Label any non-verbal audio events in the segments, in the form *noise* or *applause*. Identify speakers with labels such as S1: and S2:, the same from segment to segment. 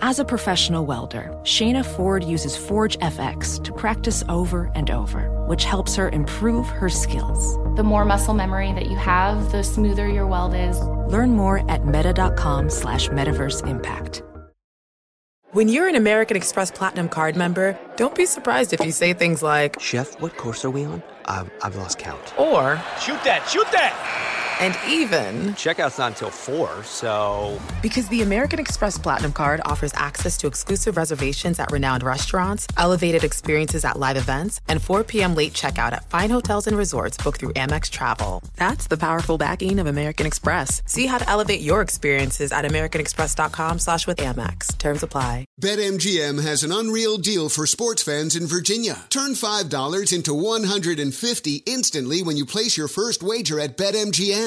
S1: As a professional welder, Shayna Ford uses Forge FX to practice over and over, which helps her improve her skills.
S2: The more muscle memory that you have, the smoother your weld is.
S1: Learn more at meta.com slash metaverse impact.
S3: When you're an American Express Platinum card member, don't be surprised if you say things like,
S4: Chef, what course are we on? I've, I've lost count.
S3: or,
S5: Shoot that, shoot that!
S3: and even.
S4: Checkout's not until 4, so.
S3: Because the American Express Platinum Card offers access to exclusive reservations at renowned restaurants, elevated experiences at live events, and 4 p.m. late checkout at fine hotels and resorts booked through Amex Travel. That's the powerful backing of American Express. See how to elevate your experiences at americanexpress.com slash with Amex. Terms apply.
S6: BetMGM has an unreal deal for sports fans in Virginia. Turn $5 into 150 instantly when you place your first wager at BetMGM.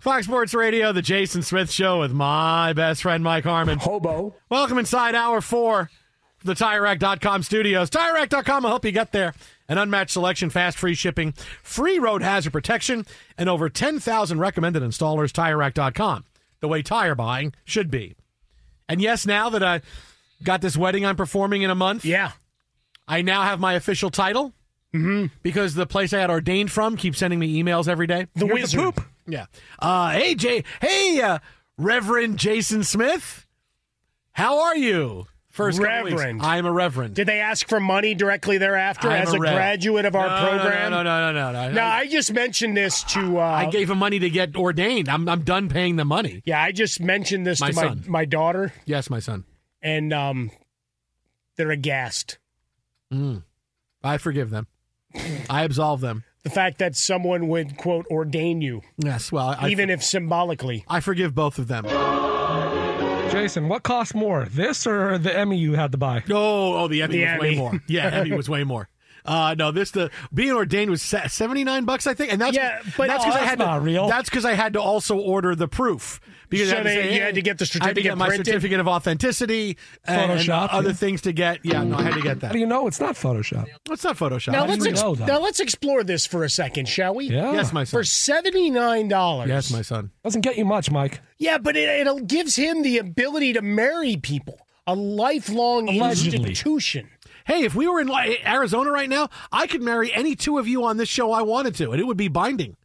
S7: Fox Sports Radio, the Jason Smith Show with my best friend Mike Harmon.
S8: Hobo.
S7: Welcome inside hour four of the TireRack.com studios. TireRack.com will help you get there. An unmatched selection, fast free shipping, free road hazard protection, and over 10,000 recommended installers. TireRack.com, the way tire buying should be. And yes, now that I got this wedding I'm performing in a month,
S8: Yeah.
S7: I now have my official title
S8: Mm-hmm.
S7: because the place I had ordained from keeps sending me emails every day.
S8: The wizard.
S7: Yeah. Uh, hey, Jay. Hey, uh, Reverend Jason Smith. How are you? First couple weeks.
S8: Reverend.
S7: I am a reverend.
S8: Did they ask for money directly thereafter
S7: I'm
S8: as a,
S7: rev.
S8: graduate of our
S7: No, no,
S8: program?
S7: No, no, no, no, no. no.
S8: No, I just mentioned this to. Uh,
S7: I gave him money to get ordained. I'm I'm done paying the money.
S8: yeah, I just mentioned this
S7: My
S8: to my
S7: son.
S8: my daughter,
S7: Yes, my son.
S8: and um, they're aghast.
S7: Mm. I forgive them. I absolve them.
S8: The fact that someone would quote ordain you,
S7: Yes. Well, I,
S8: even if symbolically.
S7: I forgive both of them. Oh,
S9: Jason, what costs more, this or the Emmy you had to buy?
S7: oh, the Emmy
S8: The
S7: was way
S8: Emmy.
S7: more.
S8: *laughs*
S7: Yeah, Emmy was way more. Uh, no, this the being ordained was seventy nine bucks, I think, and that's
S8: Yeah, but-
S7: that's because
S8: Oh,
S7: I
S8: that's
S7: had to,
S9: not real.
S7: That's because I had to also order the proof because I
S8: So
S7: had to
S8: they-
S7: say,
S8: you
S7: hey,
S8: had to get the
S7: I had to get
S8: certificate
S7: my
S8: printed?
S7: certificate of authenticity, and, and
S9: Photoshop,
S7: other
S9: yeah.
S7: things to get. Yeah, no, I had to get
S9: How
S7: that.
S9: do you know it's not Photoshop?
S7: It's not Photoshop.
S8: Now
S9: I
S8: let's
S9: didn't
S8: ex-
S9: know that.
S8: now let's explore this for a second, shall we?
S9: Yeah.
S7: yes, my son.
S8: For seventy nine dollars.
S7: Yes, my son.
S9: Doesn't get you much, Mike.
S8: Yeah, but it, it gives him the ability to marry people. A lifelong
S9: Allegedly.
S8: institution.
S7: Hey, if we were in like, Arizona right now, I could marry any two of you on this show I wanted to, and it would be binding.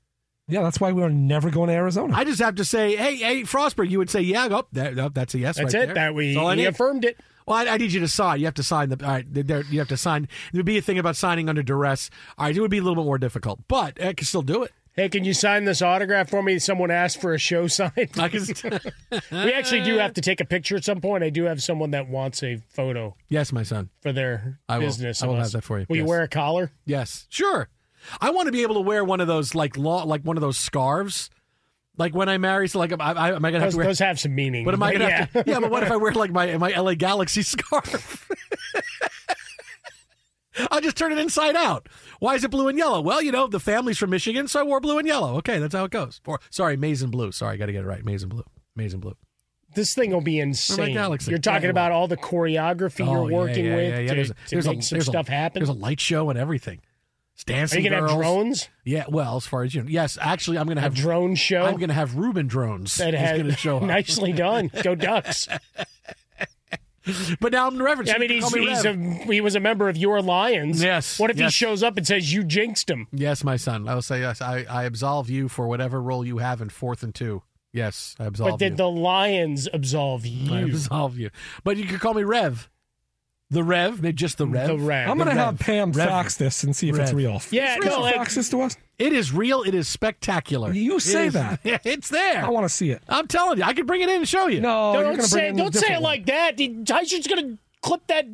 S9: Yeah, that's why we're never going to Arizona.
S7: I just have to say, hey, hey, Frostberg, you would say, yeah, oh, that, oh, that's a yes.
S8: That's
S7: right
S8: it.
S7: there.
S8: That we
S7: That's all I
S8: he
S7: need.
S8: affirmed it.
S7: Well, I, I need you to sign. You have to sign the. All right, there, you have to sign. There would be a thing about signing under duress. All right, it would be a little bit more difficult, but I could still do it.
S8: Hey, can you sign this autograph for me? Someone asked for a show sign.
S7: I could. st-
S8: *laughs* we actually do have to take a picture at some point. I do have someone that wants a photo
S7: yes, my son.
S8: for their
S7: I will.
S8: business.
S7: I will
S8: of
S7: have
S8: us.
S7: that for you.
S8: Will you
S7: Yes.
S8: wear a collar?
S7: Yes, sure. I want to be able to wear one of those like long, like one of those scarves, like when I marry. So, like, I, I, am I gonna have
S8: Those,
S7: to wear?
S8: those have some meaning.
S7: But am I
S8: but
S7: gonna
S8: yeah.
S7: have to? Yeah, but what if I wear like my my LA Galaxy scarf? *laughs* I'll just turn it inside out. Why is it blue and yellow? Well, you know the family's from Michigan, so I wore blue and yellow. Okay, that's how it goes. Or sorry, maize and blue. Sorry, I got to get it right. Maize and blue. Maize and blue.
S8: this thing will be insane.
S7: Galaxy.
S8: You're talking
S7: Yeah,
S8: about all the choreography
S7: Oh,
S8: you're working with to, to make some
S7: there's
S8: stuff happen.
S7: There's a light show and everything. It's dancing
S8: Are you gonna have
S7: girls.
S8: drones?
S7: Yeah, well, as far as you know. Yes, actually, I'm going to
S8: A
S7: have
S8: drone show
S7: I'm going to have Ruben drones.
S8: that
S7: He's
S8: *laughs*
S7: going to
S8: has
S7: show up.
S8: nicely done.
S7: *laughs*
S8: Go Ducks!
S7: But now I'm the Reverend. so
S8: I mean,
S7: you can
S8: he's,
S7: call me
S8: he's a,
S7: Rev.
S8: he was a member of your Lions.
S7: Yes,
S8: What if
S7: yes.
S8: he shows up and says you jinxed him?
S7: Yes, my son. I will say yes. I, I absolve you for whatever role you have in fourth and two. Yes, I absolve
S8: But did
S7: you.
S8: the Lions absolve
S7: I
S8: you?
S7: absolve you. But you could call me Rev. The Rev, maybe just the Rev.
S8: The Rev.
S9: I'm
S7: The
S9: gonna
S7: Rev.
S9: have Pam
S7: Rev.
S9: fax this and see if it's
S7: Rev.
S9: real.
S8: Yeah,
S9: Is it real
S8: no,
S9: she
S8: like-
S9: fax this to us.
S7: It is real. It is spectacular.
S9: You
S7: It
S9: say
S7: is- *laughs*
S9: that.
S7: It's there.
S9: I want to see it.
S7: I'm telling you, I could bring it in and show you.
S9: No, Oh, you're
S8: don't
S9: gonna
S8: say
S9: bring in a
S8: don't say
S9: different
S8: it
S9: one.
S8: like that. The- Tyson's gonna clip that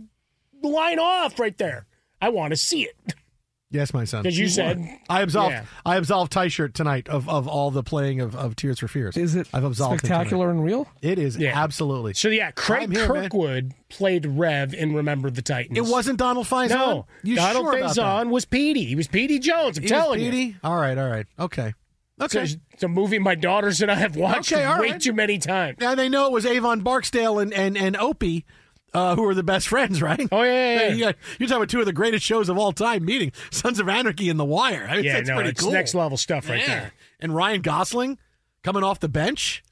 S8: line off right there. I want to see it *laughs*
S7: Yes, my son.
S8: because you said
S7: I absolved.
S8: Yeah.
S7: I absolved Ty shirt tonight of, of all the playing of, of Tears for Fears.
S9: Is it
S7: I've absolved him tonight.
S9: spectacular and real?
S7: It is
S8: Yeah.
S7: absolutely.
S8: so. Yeah,
S7: I'm
S8: Craig
S7: here, man.
S8: Kirkwood played Rev in Remember the Titans.
S7: It wasn't Donald Faison.
S8: no
S7: you
S8: Donald
S7: sure about that?
S8: Faison was Petey. He was Petey Jones. I'm
S7: He was
S8: telling you.
S7: Petey? All right, all right, okay, okay.
S8: It's a- It's a movie my daughters and I have watched
S7: Okay, all
S8: way
S7: right.
S8: too many times.
S7: now they know it was Avon Barksdale and and and Opie, uh, who were the best friends, *laughs* right?
S8: Oh, yeah, yeah, yeah.
S7: You got, you're talking about two of the greatest shows of all time, meeting Sons of Anarchy and The Wire. I mean,
S8: yeah,
S7: that's
S8: no,
S7: pretty
S8: it's
S7: cool.
S8: next level stuff right
S7: Yeah.
S8: there.
S7: And Ryan Gosling coming off the bench.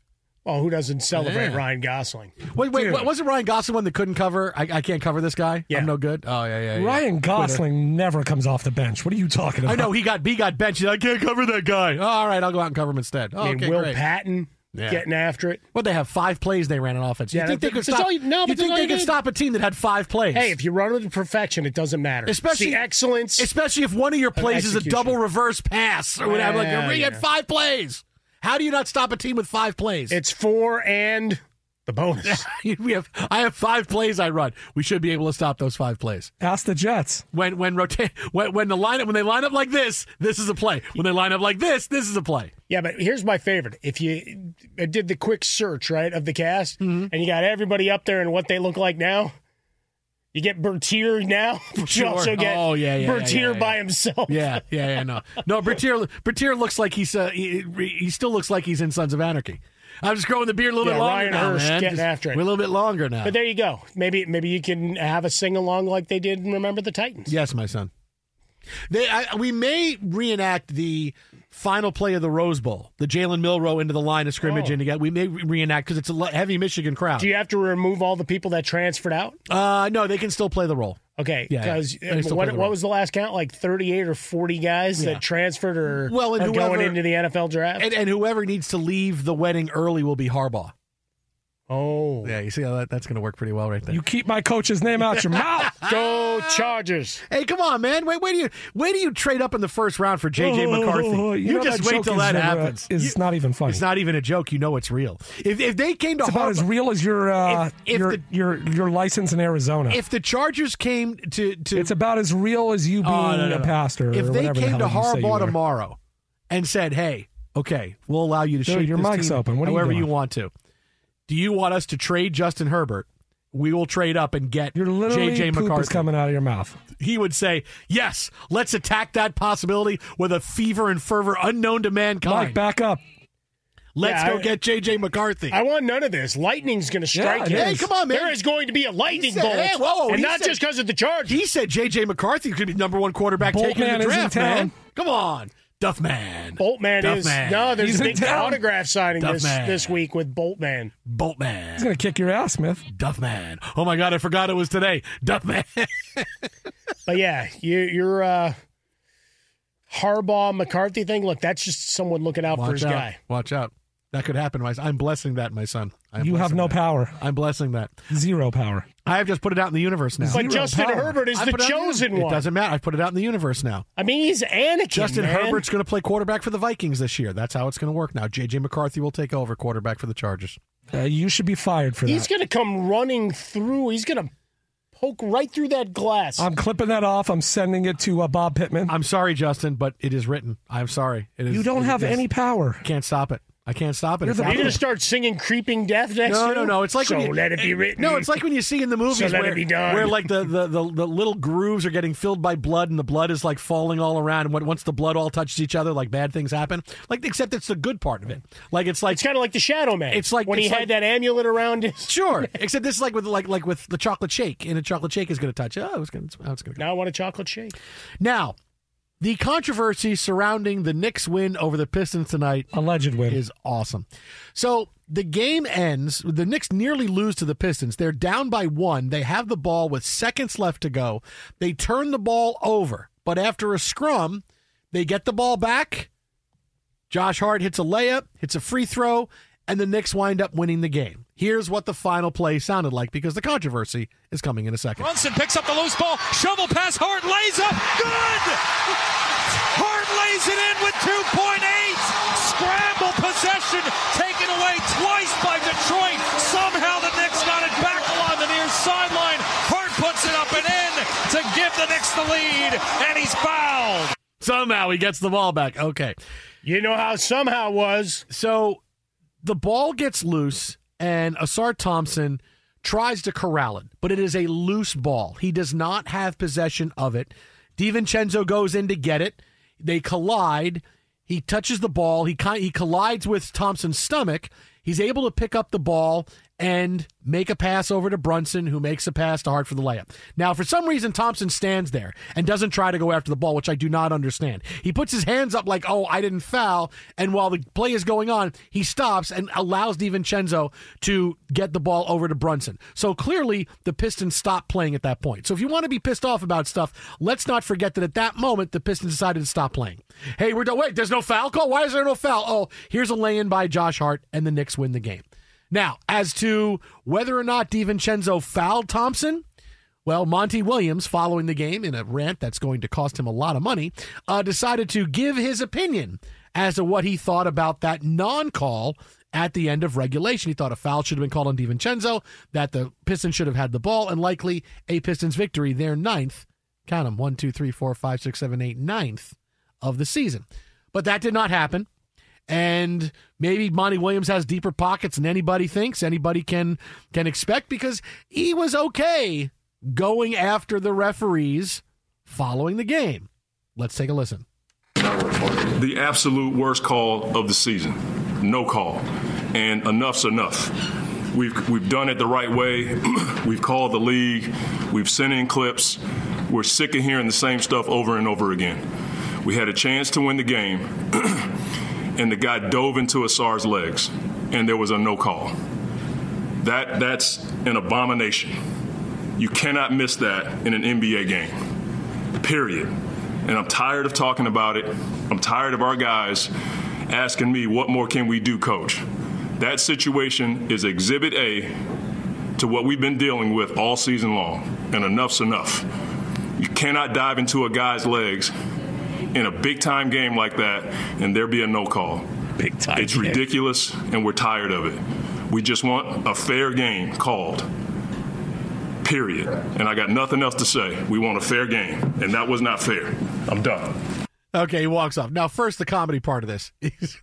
S8: Oh, who doesn't celebrate
S7: Yeah.
S8: Ryan *laughs* Gosling?
S7: Wait, wait, what, was it Ryan Gosling one that couldn't cover? I, I can't cover this guy.
S8: Yeah.
S7: I'm no good. Oh yeah, yeah. yeah.
S9: Ryan Gosling never comes off the bench. What are you talking about?
S7: I know he got B got benched. He's like, I can't cover that guy. Oh, all right, I'll go out and cover him instead. Oh,
S8: I mean,
S7: okay,
S8: Will
S7: great.
S8: Patton
S7: Yeah.
S8: getting after it.
S7: What they have five plays they ran on offense. You
S8: Yeah,
S7: think they
S8: that's-
S7: could
S8: that's
S7: stop?
S8: all you- no, but
S7: you
S8: that's
S7: think
S8: all
S7: they
S8: you
S7: could
S8: need.
S7: stop a team that had five plays?
S8: Hey, if you run it to perfection, it doesn't matter. It's
S7: Especially-
S8: the excellence.
S7: especially if one of your plays is a
S8: execution.
S7: double reverse pass or whatever. Like,
S8: Yeah,
S7: we had
S8: yeah.
S7: five plays. How do you not stop a team with five plays?
S8: It's four and the
S7: *laughs*
S8: bonus.
S7: we have I have five plays I run. We should be able to stop those five plays.
S9: Ask the Jets.
S7: When when rotate *laughs* when, when the lineup when they line up like this, this is a play. When they line up like this, this is a play.
S8: yeah, but here's my favorite. If you I did the quick search right of the cast,
S7: Mm-hmm.
S8: and you got everybody up there and what they look like now. You get Bertier now. *laughs* but
S7: Sure.
S8: You also get
S7: Oh, yeah, yeah, yeah,
S8: Bertier
S7: yeah,
S8: by
S7: yeah.
S8: himself. *laughs*
S7: Yeah, yeah, yeah. No, no. Bertier, Bertier looks like he's uh, he, he still looks like he's in Sons of Anarchy. I'm just growing the beard a little
S8: Yeah,
S7: bit longer
S8: Ryan
S7: now,
S8: Hurst
S7: man.
S8: getting
S7: Just-
S8: after it.
S7: We're a little bit longer now.
S8: But there you go. Maybe maybe you can have a sing along like they did in Remember the Titans.
S7: yes, my son. They, I, we may reenact the final play of the Rose Bowl, the Jalen Milrow into the line of scrimmage,
S8: Oh.
S7: and again, we may re- reenact because it's a le- heavy Michigan
S9: Oh.
S7: crowd.
S8: Do you have to remove all the people that transferred out?
S7: uh, no, they can still play the role.
S8: Okay,
S7: Yeah,
S8: because
S7: yeah. They still
S8: what,
S7: play the
S8: what
S7: role.
S8: was the last count? Like thirty-eight or forty guys
S7: Yeah.
S8: that transferred or
S7: Well, and
S8: are going
S7: whoever-
S8: into the NFL draft.
S7: And, and whoever needs to leave the wedding early will be Harbaugh.
S8: oh,
S7: Yeah, you see how that, that's going to work pretty well right there.
S9: You keep my coach's name out your
S7: *laughs*
S9: mouth.
S8: go Chargers!
S7: Hey, come on, man! Wait, wait do you wait do you trade up in the first round for JJ McCarthy?
S9: Oh,
S7: you
S9: know
S7: just
S9: that
S7: wait
S9: joke
S7: till
S9: is
S7: that
S9: never-
S7: happens.
S9: It's
S7: You-
S9: not even funny.
S7: It's not even a joke. You know it's real. If if they came to
S9: It's about
S7: Harbaugh,
S9: as real as your uh,
S7: If- if
S9: your,
S7: the-
S9: your your license in Arizona.
S7: if the Chargers came to to
S9: it's about as real as you being
S7: Oh, no, no,
S9: a
S7: no.
S9: pastor.
S7: if
S9: or
S7: they
S9: whatever the
S7: came to
S9: hell you say you
S7: Harbaugh
S9: are.
S7: tomorrow and said, "Hey, okay, we'll allow you to
S9: Dude,
S7: shape
S9: your
S7: this
S9: mic's
S7: team
S9: open. What are you
S7: however
S9: doing?
S7: want to," do you want us to trade Justin Herbert? We will trade up and get
S9: You're literally
S7: JJ
S9: poop
S7: McCarthy.
S9: is coming out of your mouth.
S7: he would say, "Yes, let's attack that possibility with a fever and fervor unknown to
S9: Mike,
S7: mankind.
S9: back up.
S7: let's
S8: Yeah,
S7: go
S8: I-
S7: get JJ McCarthy."
S8: I want none of this. Lightning's going to strike.
S9: it
S8: here.
S9: is. Hey,
S7: come on, man.
S8: There is going to be a lightning
S7: He said-
S8: bolt,
S7: hey, whoa,
S8: and
S7: he
S8: not
S7: said-
S8: just because of the Chargers.
S7: he said JJ McCarthy could be number one quarterback
S9: Bolt
S7: taken in
S9: man
S7: the
S9: is in
S7: draft,
S9: town.
S7: man. Come on, Duffman.
S8: Boltman
S7: Duff
S8: is
S7: man.
S8: no. There's
S9: He's
S8: a
S9: in
S8: big
S9: town.
S8: autograph signing
S7: Duff
S8: this
S7: man.
S8: this week with Boltman.
S9: He's
S7: Boltman.
S9: gonna kick your ass, Smith.
S7: Duffman. Oh my God, I forgot it was today. Duffman.
S8: But yeah, you, your uh, Harbaugh McCarthy thing. Look, that's just someone looking out for his
S7: out.
S8: guy.
S7: Watch out. That could happen. My, I'm blessing that, my son. I'm
S9: You have
S7: blessing
S9: no
S7: that.
S9: power.
S7: I'm blessing that.
S9: Zero power.
S7: I have just put it out in the universe now.
S8: But Justin
S9: power.
S8: Herbert is
S7: I
S8: the
S7: put it out in
S8: chosen
S7: universe.
S8: one.
S7: It doesn't matter. I put it out in the universe now.
S8: I mean, he's Anakin.
S7: Justin
S8: man.
S7: Herbert's going to play quarterback for the Vikings this year. That's how it's going to work now. JJ McCarthy will take over quarterback for the Chargers.
S9: Uh, you should be fired for
S8: He's
S9: that.
S8: going to come running through. He's going to poke right through that
S7: Oh,
S8: glass.
S9: I'm clipping that off. I'm sending it to uh, Bob Pittman.
S7: I'm sorry, Justin, but it is written. I'm sorry. It is.
S9: you don't
S7: it
S9: have
S7: is-
S9: any power.
S7: Can't stop it. I can't stop it.
S9: You're
S7: It's
S9: the
S8: You're
S7: happening.
S8: going to start singing "Creeping Death" next
S7: no,
S8: year?
S7: no, no. It's like
S8: so.
S7: when you,
S8: let it be written.
S7: No, it's like when you see in the movies
S8: let it
S7: where,
S8: be done.
S7: where like the, the, the, the little grooves are getting filled by blood, and the blood is like falling all around. And when, once the blood all touches each other, like bad things happen. Like except it's the good part of it. Like it's like
S8: it's kind of like the Shadow Man.
S7: It's like-
S8: when
S7: it's
S8: he
S7: like-
S8: had that amulet around his.
S7: Sure. Except this is like with like like with the chocolate shake, and a chocolate shake is going to touch. Oh, it's going to. Oh, it's going to.
S8: Now I want a chocolate shake.
S7: Now, The controversy surrounding the Knicks win over the Pistons tonight,
S10: alleged win,
S7: is awesome. So the game ends. The Knicks nearly lose to the Pistons. They're down by one. They have the ball with seconds left to go. They turn the ball over, but after a scrum, they get the ball back. Josh Hart hits a layup, hits a free throw, and the Knicks wind up winning the game. Here's what the final play sounded like because the controversy is coming in a second.
S11: Brunson picks up the loose ball, shovel pass, Hart lays up, good! Hart lays it in with 2.8! Scramble possession taken away twice by Detroit. Somehow the Knicks got it back along the near sideline. Hart puts it up and in to give the Knicks the lead, and he's fouled.
S7: Somehow he gets the ball back. Okay.
S8: You know how somehow was.
S7: So the ball gets loose, and Asar Thompson tries to corral it, but it is a loose ball. He does not have possession of it. DiVincenzo goes in to get it. They collide. He touches the ball. He kind he collides with Thompson's stomach. He's able to pick up the ball and make a pass over to Brunson, who makes a pass to Hart for the layup. Now, for some reason, Thompson stands there and doesn't try to go after the ball, which I do not understand. He puts his hands up like, oh, I didn't foul. And while the play is going on, he stops and allows DiVincenzo to get the ball over to Brunson. So clearly, the Pistons stopped playing at that point. So if you want to be pissed off about stuff, let's not forget that at that moment, the Pistons decided to stop playing. Hey, we're done. Wait, there's no foul call? Why is there no foul? Oh, here's a lay in by Josh Hart, and the Knicks win the game. Now, as to whether or not DiVincenzo fouled Thompson, well, Monty Williams, following the game in a rant that's going to cost him a lot of money, uh, decided to give his opinion as to what he thought about that non call at the end of regulation. He thought a foul should have been called on DiVincenzo, that the Pistons should have had the ball, and likely a Pistons victory, their ninth, count them, one, two, three, four, five, six, seven, eight, ninth of the season. But that did not happen and maybe Monty Williams has deeper pockets than anybody thinks anybody can can expect because he was okay going after the referees following the game. Let's take a listen.
S12: The absolute worst call of the season. No call. And enough's enough. We've we've done it the right way. *clears throat* we've called the league. We've sent in clips. We're sick of hearing the same stuff over and over again. We had a chance to win the game. *clears throat* and the guy dove into Asar's legs, and there was a no call. That that's an abomination. You cannot miss that in an NBA game. Period. And I'm tired of talking about it. I'm tired of our guys asking me, what more can we do, coach? That situation is exhibit A to what we've been dealing with all season long, and enough's enough. You cannot dive into a guy's legs in a big time game like that and there be a no call.
S13: Big time.
S12: It's ridiculous and we're tired of it. We just want a fair game called. Period. And I got nothing else to say. We want a fair game. And that was not fair. I'm done.
S7: Okay, he walks off. Now, first, the comedy part of this *laughs* is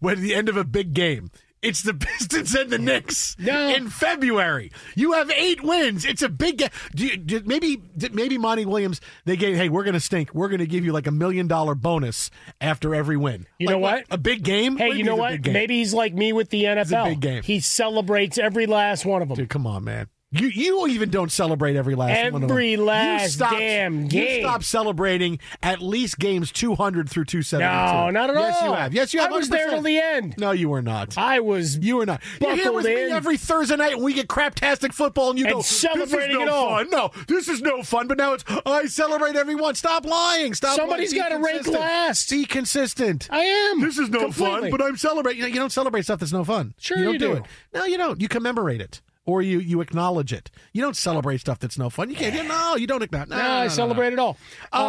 S7: when the end of a big game, it's the *laughs* Pistons and the Knicks no. in February. You have eight wins. It's a big game. Do you, do, maybe maybe Monty Williams they gave hey we're gonna stink. We're gonna give you like a million dollar bonus after every win.
S8: You
S7: like,
S8: know what?
S7: A big game.
S8: Hey, you know what? Maybe he's like me with the NFL.
S7: big game.
S8: He celebrates every last one of them.
S7: Dude, come on, man. You you even don't celebrate every last
S8: every
S7: one of them.
S8: Every last stop, damn game.
S7: You stop celebrating at least games 200 through 272.
S8: No, not at
S7: yes,
S8: all.
S7: Yes, you have. Yes, you have.
S8: I was 100%. there till the end.
S7: No, you were not.
S8: I was.
S7: You were not. You're here with
S8: in.
S7: me every Thursday night, and we get craptastic football, and you
S8: and
S7: go
S8: celebrating
S7: this is no
S8: it all.
S7: Fun. No, this is no fun. But now it's I celebrate everyone. Stop lying. Stop.
S8: Somebody's
S7: got
S8: to rank last.
S7: Be consistent.
S8: I am.
S7: This is no
S8: Completely.
S7: fun. But I'm celebrating. You, know, you don't celebrate stuff that's no fun.
S8: Sure,
S7: you don't
S8: you
S7: do
S8: do.
S7: it. No, you don't. You commemorate it or you you acknowledge it. You don't celebrate stuff that's no fun. You can't. No, you don't acknowledge. No,
S8: Nah,
S7: no,
S8: I
S7: no,
S8: celebrate
S7: no.
S8: it all.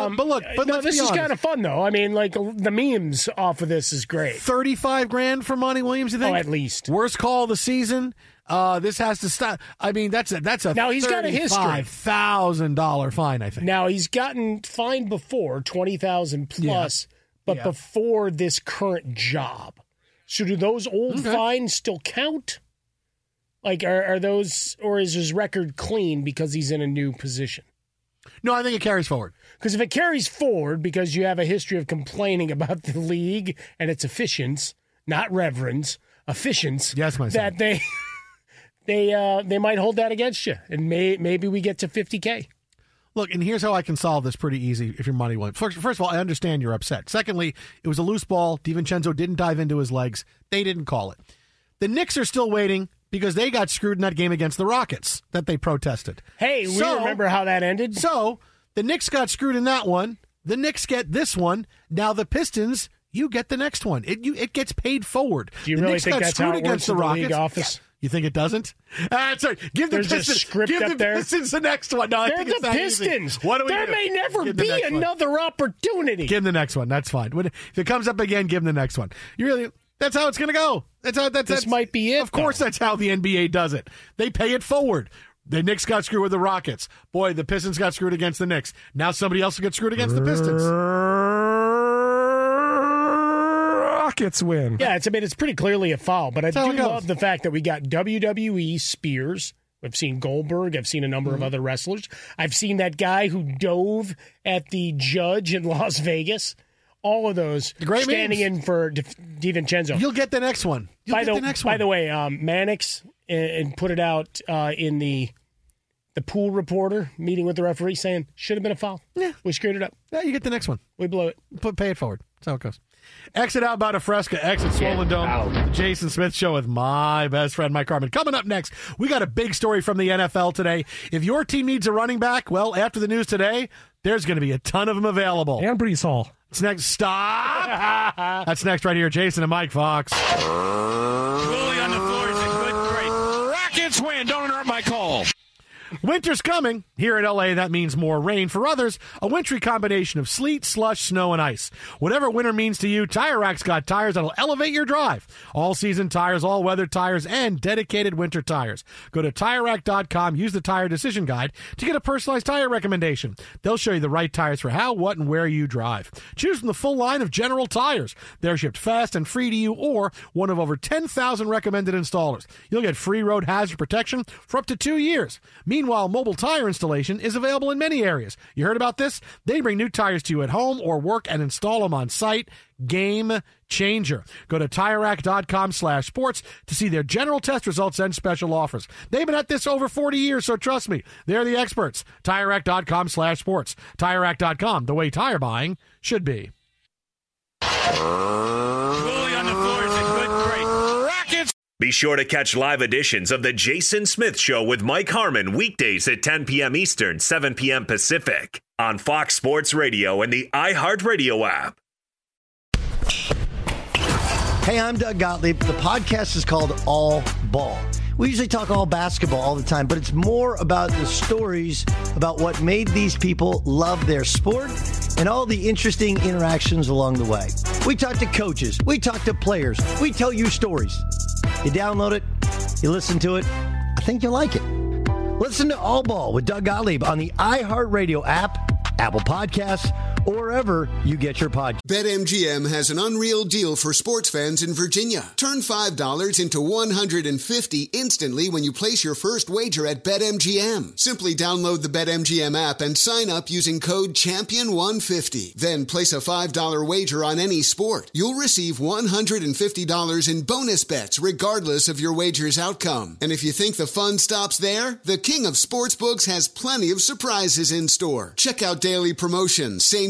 S7: Um, but look, but
S8: no,
S7: let's
S8: this
S7: be
S8: is
S7: honest.
S8: kind of fun though. I mean, like the memes off of this is great.
S7: Thirty-five grand for Monty Williams. You think?
S8: Oh, at least.
S7: worst call of the season. Uh, this has to stop. I mean, that's a that's a
S8: Now, he's got a history.
S7: thousand dollar fine. I think.
S8: Now he's gotten fined before twenty thousand plus, but
S7: Yeah.
S8: before this current job. So do those old fines still count? Like are, are those or is his record clean because he's in a new position?
S7: No, I think it carries forward.
S8: Because if it carries forward because you have a history of complaining about the league and its efficients, not reverends, efficients,
S7: Yes, my son.
S8: that they *laughs* they uh, they might hold that against you and may, maybe we get to fifty K.
S7: Look, and here's how I can solve this pretty easy if your money will. First, first of all, I understand you're upset. Secondly, it was a loose ball. DiVincenzo didn't dive into his legs. They didn't call it. The Knicks are still waiting because they got screwed in that game against the Rockets that they protested.
S8: Hey, we remember how that ended.
S7: So the Knicks got screwed in that one. The Knicks get this one. Now the Pistons, you get the next one. It you, it gets paid forward.
S8: Do you
S7: the
S8: really
S7: Knicks
S8: think
S7: got
S8: that's
S7: screwed
S8: how it works
S7: against the
S8: in the
S7: Rockets?
S8: league office?
S7: Yeah. You think it doesn't? Ah, sorry. Give the
S8: There's a
S7: Pistons
S8: script
S7: give
S8: up
S7: the
S8: there.
S7: Pistons the next one. No, I
S8: They're
S7: think it's
S8: the
S7: that easy.
S8: Pistons.
S7: What do we
S8: there
S7: do?
S8: may never
S7: Give the
S8: be
S7: next one.
S8: another opportunity.
S7: Give him the next one. That's fine. When, if it comes up again, give him the next one. You really. That's how it's going to go. That's how. That's,
S8: This
S7: that's,
S8: might be it,
S7: Of course, that's how the NBA does it. They pay it forward. The Knicks got screwed with the Rockets. Boy, the Pistons got screwed against the Knicks. Now somebody else will get screwed against the Pistons.
S9: Rockets win.
S8: Yeah, it's I mean it's pretty clearly a foul, but I
S7: how
S8: do
S7: it goes.
S8: love the fact that we got WWE Spears. I've seen Goldberg. I've seen a number of
S7: Mm-hmm.
S8: other wrestlers. I've seen that guy who dove at the judge in *laughs* Las Vegas. All of those
S7: great
S8: standing
S7: memes.
S8: in for De- DiVincenzo.
S7: You'll get the next one. You'll
S8: by
S7: get
S8: the,
S7: the next
S8: by
S7: one.
S8: the way, um, Mannix and, and put it out uh, in the the pool reporter meeting with the referee saying should have been a foul.
S7: Yeah.
S8: we screwed it up.
S7: Yeah, you get the next one.
S8: We blew it.
S7: Put, pay it forward. That's how it goes. Exit out about a fresca. Exit Swollen Dome. The Jason Smith Show with my best friend Mike Carmen. Coming up next, we got a big story from the NFL today. If your team needs a running back, well, after the news today, there's going to be a ton of them available.
S9: And Brees Hall.
S7: It's
S9: *laughs*
S7: next. Stop. That's next right here. Jason and Mike Fox.
S11: Bully on the floor is a good break. Rockets win. Don't interrupt my call.
S7: Winter's coming. Here in LA, that means more rain. For others, a wintry combination of sleet, slush, snow, and ice. Whatever winter means to you, Tire Rack's got tires that'll elevate your drive. All season tires, all weather tires, and dedicated winter tires. Go to tirerack.com, use the tire decision guide to get a personalized tire recommendation. They'll show you the right tires for how, what, and where you drive. Choose from the full line of General Tires. They're shipped fast and free to you or one of over 10,000 recommended installers. You'll get free road hazard protection for up to two years. Meanwhile, mobile tire installation is available in many areas. You heard about this? They bring new tires to you at home or work and install them on site. Game changer. Go to TireRack.com slash sports to see their general test results and special offers. They've been at this over 40 years, so trust me, they're the experts. TireRack.com slash sports. TireRack.com, the way tire buying should be.
S11: Bully on the floor is a good break. Rockets.
S13: Be sure to catch live editions of The Jason Smith Show with Mike Harmon weekdays at 10 p.m. Eastern, 7 p.m. Pacific on Fox Sports Radio and the iHeartRadio app.
S14: Hey, I'm Doug Gottlieb. The podcast is called All Ball. We usually talk all basketball all the time, but it's more about the stories about what made these people love their sport and all the interesting interactions along the way. We talk to coaches, we talk to players, we tell you stories. You download it, you listen to it, I think you'll like it. Listen to All Ball with Doug Gottlieb on the iHeartRadio app, Apple Podcasts, or wherever you get your podcast.
S6: BetMGM has an unreal deal for sports fans in Virginia. Turn $5 into 150 instantly when you place your first wager at BetMGM. Simply download the BetMGM app and sign up using code CHAMPION150. Then place a $5 wager on any sport. You'll receive $150 in bonus bets regardless of your wager's outcome. And if you think the fun stops there, the King of Sportsbooks has plenty of surprises in store. Check out daily promotions, same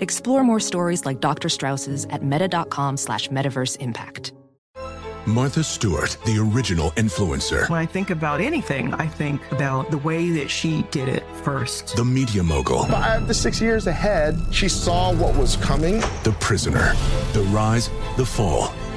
S1: explore more stories like Dr. Strauss's at meta.com slash metaverse impact.
S15: Martha Stewart, the original influencer.
S16: When I think about anything, I think about the way that she did it first.
S15: The media mogul.
S17: Five to six years ahead, she saw what was coming.
S15: The prisoner. The rise, the fall,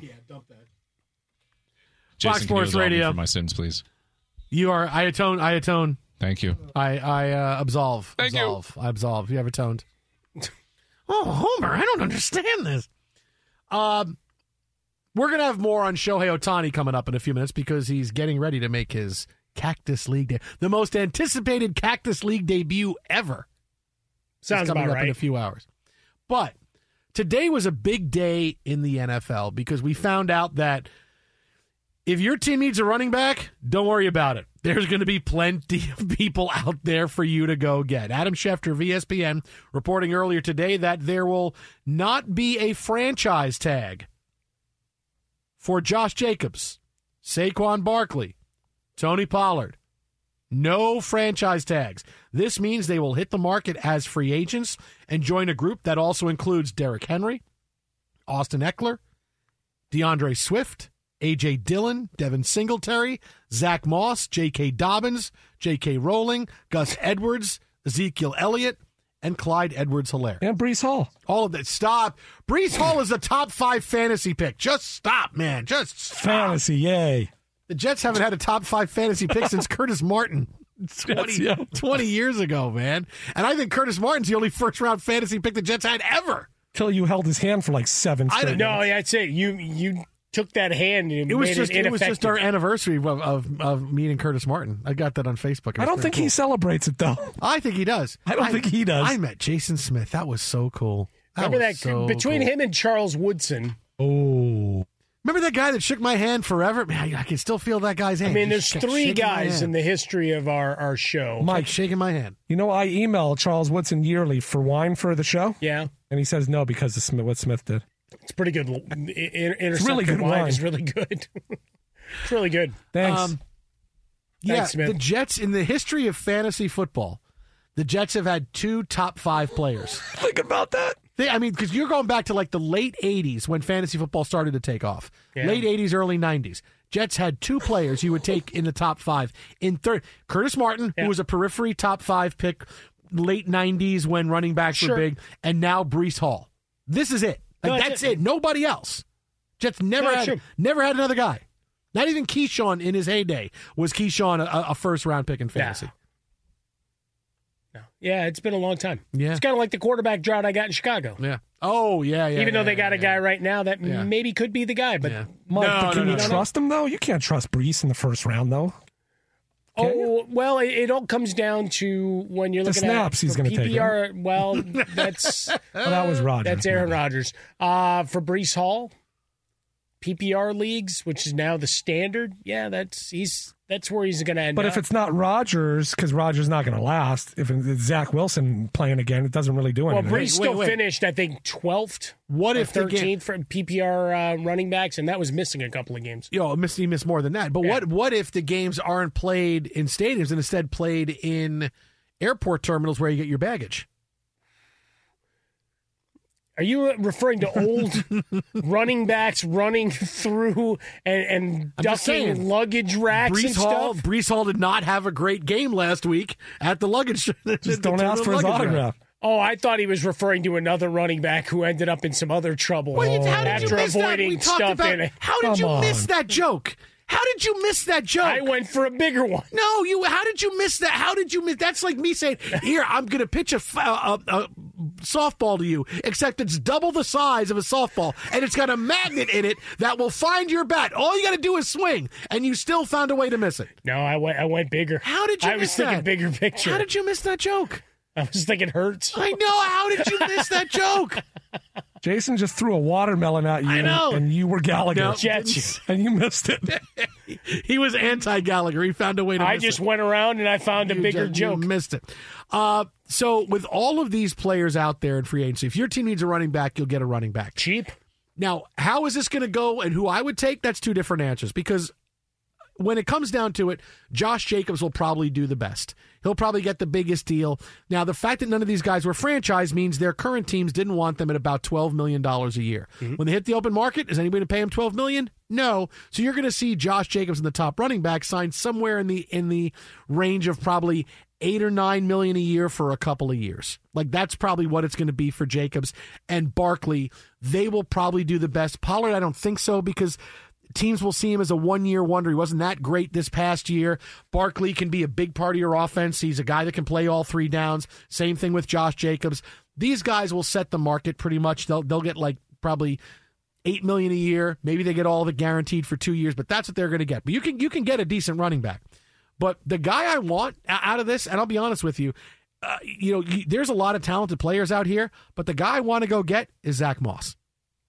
S8: Yeah, dump that.
S7: Fox
S18: Jason, can
S7: Sports
S18: you absolve me
S7: Radio.
S18: for my sins, please.
S7: You are I atone I atone.
S18: Thank you.
S7: I I uh, absolve.
S18: Thank you.
S7: absolve. I absolve. You have atoned. *laughs* oh, Homer, I don't understand this. Um we're gonna have more on Shohei Otani coming up in a few minutes because he's getting ready to make his Cactus League de- the most anticipated Cactus League debut ever. It's
S8: Sounds
S7: coming
S8: about
S7: up in a
S8: right.
S7: few hours. But today was a big day in the NFL because we found out that if your team needs a running back, don't worry about it. There's going to be plenty *laughs* of people out there for you to go get. Adam Schefter, VSPN, reporting earlier today that there will not be a franchise tag for Josh Jacobs, Saquon Barkley, Tony Pollard. No franchise tags. This means they will hit the market as free agents and join a group that also includes Derrick Henry, Austin Eckler, DeAndre Swift, A.J. Dillon, Devin Singletary, Zach Moss, J.K. Dobbins, J.K. Rowling, Gus Edwards, Ezekiel Elliott, and Clyde Edwards Hilaire.
S9: And Brees Hall.
S7: All of that. Stop. Brees Hall is a top five fantasy pick. Just stop, man. Just stop.
S9: Fantasy, yay.
S7: The Jets haven't had a top five fantasy pick
S9: *laughs*
S7: since Curtis Martin 20,
S9: yeah.
S7: 20 years ago, man. And I think Curtis Martin's the only first round fantasy pick the Jets had ever.
S9: Till you held his hand for like seven
S8: I
S9: straight
S8: don't know.
S9: minutes.
S8: That's it. You you took that hand and
S7: It was
S8: made
S7: just
S8: it,
S7: it, was just
S8: ineffective.
S7: our anniversary of, of of meeting Curtis Martin. I got that on Facebook. It
S9: I don't
S7: was pretty
S9: think
S7: cool.
S9: he celebrates it though.
S7: *laughs* I think he does.
S9: I don't think he does.
S7: I met Jason Smith. That was so cool. That
S8: Remember that
S7: was so
S8: between
S7: cool.
S8: him and Charles Woodson.
S7: Oh. Remember that guy that shook my hand forever? Man, I can still feel that guy's
S8: I
S7: hand.
S8: mean,
S7: He just
S8: there's
S7: kept
S8: three
S7: shaking my
S8: guys
S7: hand.
S8: in the history of our our show.
S9: Mike
S7: shaking my hand.
S9: You know, I email Charles Woodson yearly for wine for the show.
S8: Yeah.
S9: and he says no because of Smith, what Smith did.
S8: It's pretty good. l- i- i- Intercepted
S9: really good
S8: line.
S9: line.
S8: It's really good. *laughs* it's really good. Um,
S9: Thanks.
S7: Um, Yeah,
S8: Thanks, Smith.
S7: the Jets in the history of fantasy football, the Jets have had two top five players.
S9: Think about that.
S7: They, I mean, because you're going back to like the late '80s when fantasy football started to take off.
S9: Yeah.
S7: Late '80s, early '90s. Jets had two players you would take in the top five. In third, Curtis Martin, who was a periphery top five pick, late '90s when running backs
S8: Sure.
S7: were big, and now Brees Hall. This is it.
S8: No,
S7: Like
S8: that's
S7: that's
S8: it.
S7: it. Nobody else. Jets never
S8: No,
S7: had
S8: true.
S7: never had another guy. Not even Keyshawn in his heyday was Keyshawn a, a first round pick in fantasy.
S8: Yeah, it's been a long time.
S7: Yeah.
S8: It's kind of like the quarterback drought I got in Chicago.
S7: Yeah. Oh yeah, yeah.
S8: Even
S7: yeah,
S8: though they got a
S7: yeah,
S8: guy right now that
S7: Yeah.
S8: maybe could be the guy, but
S9: Mike,
S8: No,
S9: but
S8: no,
S9: can
S8: no,
S9: you
S8: no, no.
S9: trust him though? You can't trust Brees in the first round though.
S8: Oh well, it, it all comes down to when you're
S9: The
S8: looking
S9: snaps
S8: at
S9: he's
S8: for
S9: gonna take,
S8: PPR. *laughs* Well, that's
S9: Well, that was Rodgers,
S8: That's Aaron
S9: maybe.
S8: Rodgers. Uh, for Brees Hall, PPR leagues, which is now the standard. Yeah, that's he's that's where he's going to end.
S9: But
S8: up.
S9: if it's not Rodgers, because Rodgers not going to last. If it's Zach Wilson playing again, it doesn't really do
S8: well,
S9: anything.
S8: Brees still finished, I think, twelfth.
S7: What
S8: or
S7: if the game-
S8: thirteenth for PPR uh, running backs, and that was missing a couple of games.
S7: You know, miss, he missed more than that. But what what if the games aren't played in stadiums and instead played in airport terminals where you get your baggage?
S8: Are you referring to
S7: *laughs*
S8: old running backs running *laughs* through and, and
S7: I'm just
S8: ducking
S7: saying.
S8: luggage racks
S7: Brees
S8: and
S7: Hall, *laughs*
S8: stuff?
S7: Brees Hall did not have a great game last week at the luggage. *laughs* Just
S9: don't ask for his autograph.
S8: Oh, I thought he was referring to another running back who ended up in some other trouble
S7: Well, you- how did
S8: Oh. after
S7: you miss that?
S8: avoiding
S7: We talked
S8: stuff
S7: about
S8: in it.
S7: how did you miss that joke? How did you miss that joke?
S8: I went for a bigger one.
S7: No, you. How did you miss that? How did you miss? That's like me saying, "Here, I'm going to pitch a, f- a- a- a softball to you, except it's double the size of a softball, and it's got a magnet in it that will find your bat. All you got to do is swing, and you still found a way to miss it.
S8: No, I went I went bigger.
S7: How did you
S8: I was
S7: miss
S8: thinking
S7: that?
S8: bigger picture.
S7: How did you miss that joke?
S8: I was thinking hurts.
S7: I know. How did you miss that joke?
S9: Jason just threw a watermelon at you,
S7: I know.
S9: and you were Gallagher,
S7: No, Jet you.
S9: and you missed it.
S7: he was anti Gallagher. He found a way to.
S8: I
S7: miss
S8: just
S7: it.
S8: went around and I found a
S7: You
S8: bigger
S7: ju-
S8: joke.
S7: You missed it. Uh, so with all of these players out there in free agency, if your team needs a running back, you'll get a running back
S8: cheap.
S7: Now, how is this going to go, and who I would take? That's two different answers because when it comes down to it, Josh Jacobs will probably do the best. He'll probably get the biggest deal. Now, the fact that none of these guys were franchise means their current teams didn't want them at about twelve million dollars a year. When they hit the open market, is anybody to pay him twelve million? No. So you're going to see Josh Jacobs in the top running back signed somewhere in the in the range of probably eight or nine million a year for a couple of years. Like that's probably what it's going to be for Jacobs and Barkley. They will probably do the best. Pollard, I don't think so because teams will see him as a one year wonder. He wasn't that great this past year. Barkley can be a big part of your offense. He's a guy that can play all three downs. Same thing with Josh Jacobs. These guys will set the market pretty much. They'll they'll get like probably eight million a year. Maybe they get all the guaranteed for two years, but that's what they're going to get. But you can you can get a decent running back. But the guy I want o- out of this, and I'll be honest with you, uh, you know, you, there's a lot of talented players out here, but the guy I want to go get is Zach Moss.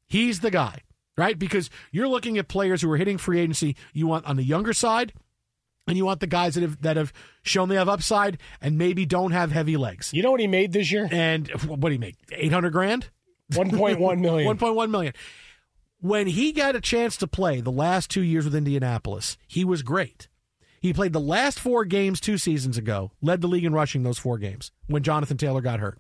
S7: He's the guy, right? Because you're looking at players who are hitting free agency. You want on the younger side, and you want the guys that have that have shown they have upside and maybe don't have heavy legs.
S8: You know what he made this year?
S7: And what did he make? Eight hundred grand.
S8: 1.1
S7: *laughs*
S8: million.
S7: 1.1 million. When he got a chance to play the last two years with Indianapolis, he was great. He played the last four games two seasons ago, led the league in rushing those four games when Jonathan Taylor got hurt.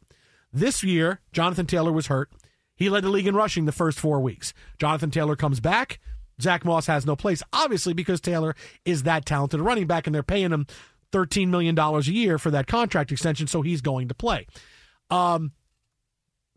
S7: This year, Jonathan Taylor was hurt. He led the league in rushing the first four weeks. Jonathan Taylor comes back. Zach Moss has no place, obviously, because Taylor is that talented a running back, and they're paying him $13 million a year for that contract extension, so he's going to play. Um,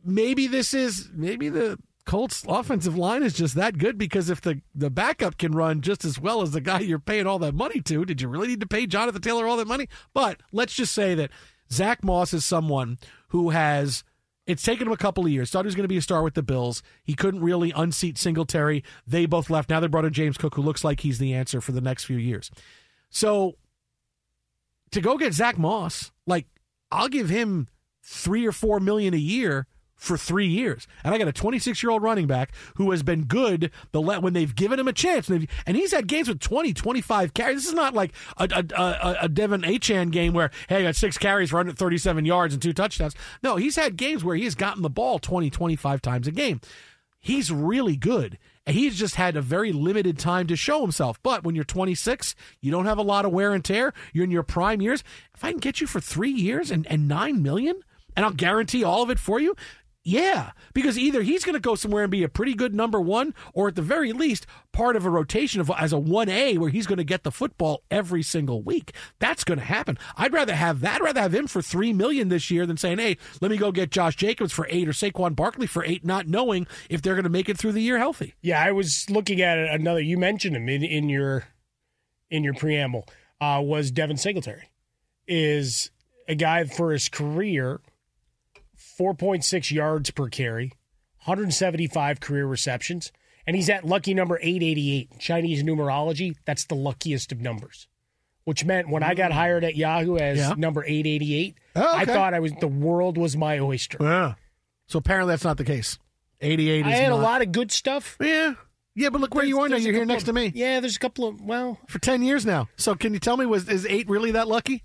S7: maybe this is maybe the Colts offensive line is just that good because if the the backup can run just as well as the guy you're paying all that money to, did you really need to pay Jonathan Taylor all that money? But let's just say that Zach Moss is someone who has it's taken him a couple of years. Thought he was going to be a star with the Bills. He couldn't really unseat Singletary. They both left. Now they brought in James Cook, who looks like he's the answer for the next few years. So to go get Zach Moss, like I'll give him three or four million a year for three years, and I got a 26 year old running back who has been good the le- when they've given him a chance, and, they've- and he's had games with 20, 25 carries. This is not like a, a, a, a Devin Achan game where hey, I got six carries for 137 yards and two touchdowns. No, he's had games where he's gotten the ball 20, 25 times a game he's really good. And he's just had a very limited time to show himself. But when you're 26, you don't have a lot of wear and tear. You're in your prime years. If I can get you for three years and, and nine million, and I'll guarantee all of it for you, yeah. Because either he's going to go somewhere and be a pretty good number one, or at the very least, part of a rotation of as a 1A where he's going to get the football every single week. That's going to happen. I'd rather have that. I'd rather have him for three million this year than saying, "Hey, let me go get Josh Jacobs for eight or Saquon Barkley for eight, not knowing if they're going to make it through the year healthy."
S8: Yeah, I was looking at it, another. You mentioned him in, in your in your preamble. Uh, was Devin Singletary is a guy for his career, four point six yards per carry, one hundred seventy five career receptions, and he's at lucky number eight eighty eight. Chinese numerology, that's the luckiest of numbers. Which meant when I got hired at Yahoo as
S7: Yeah.
S8: number eight eighty eight,
S7: Oh,
S8: I
S7: okay.
S8: thought I was the world was my oyster.
S7: Yeah. So apparently that's not the case. 88
S8: I
S7: is
S8: had
S7: not-
S8: a lot of good stuff.
S7: Yeah. Yeah, but look where you are now. You're here next to me.
S8: Yeah, there's a couple of well,
S7: for 10 years now. So can you tell me was is 8 really that lucky?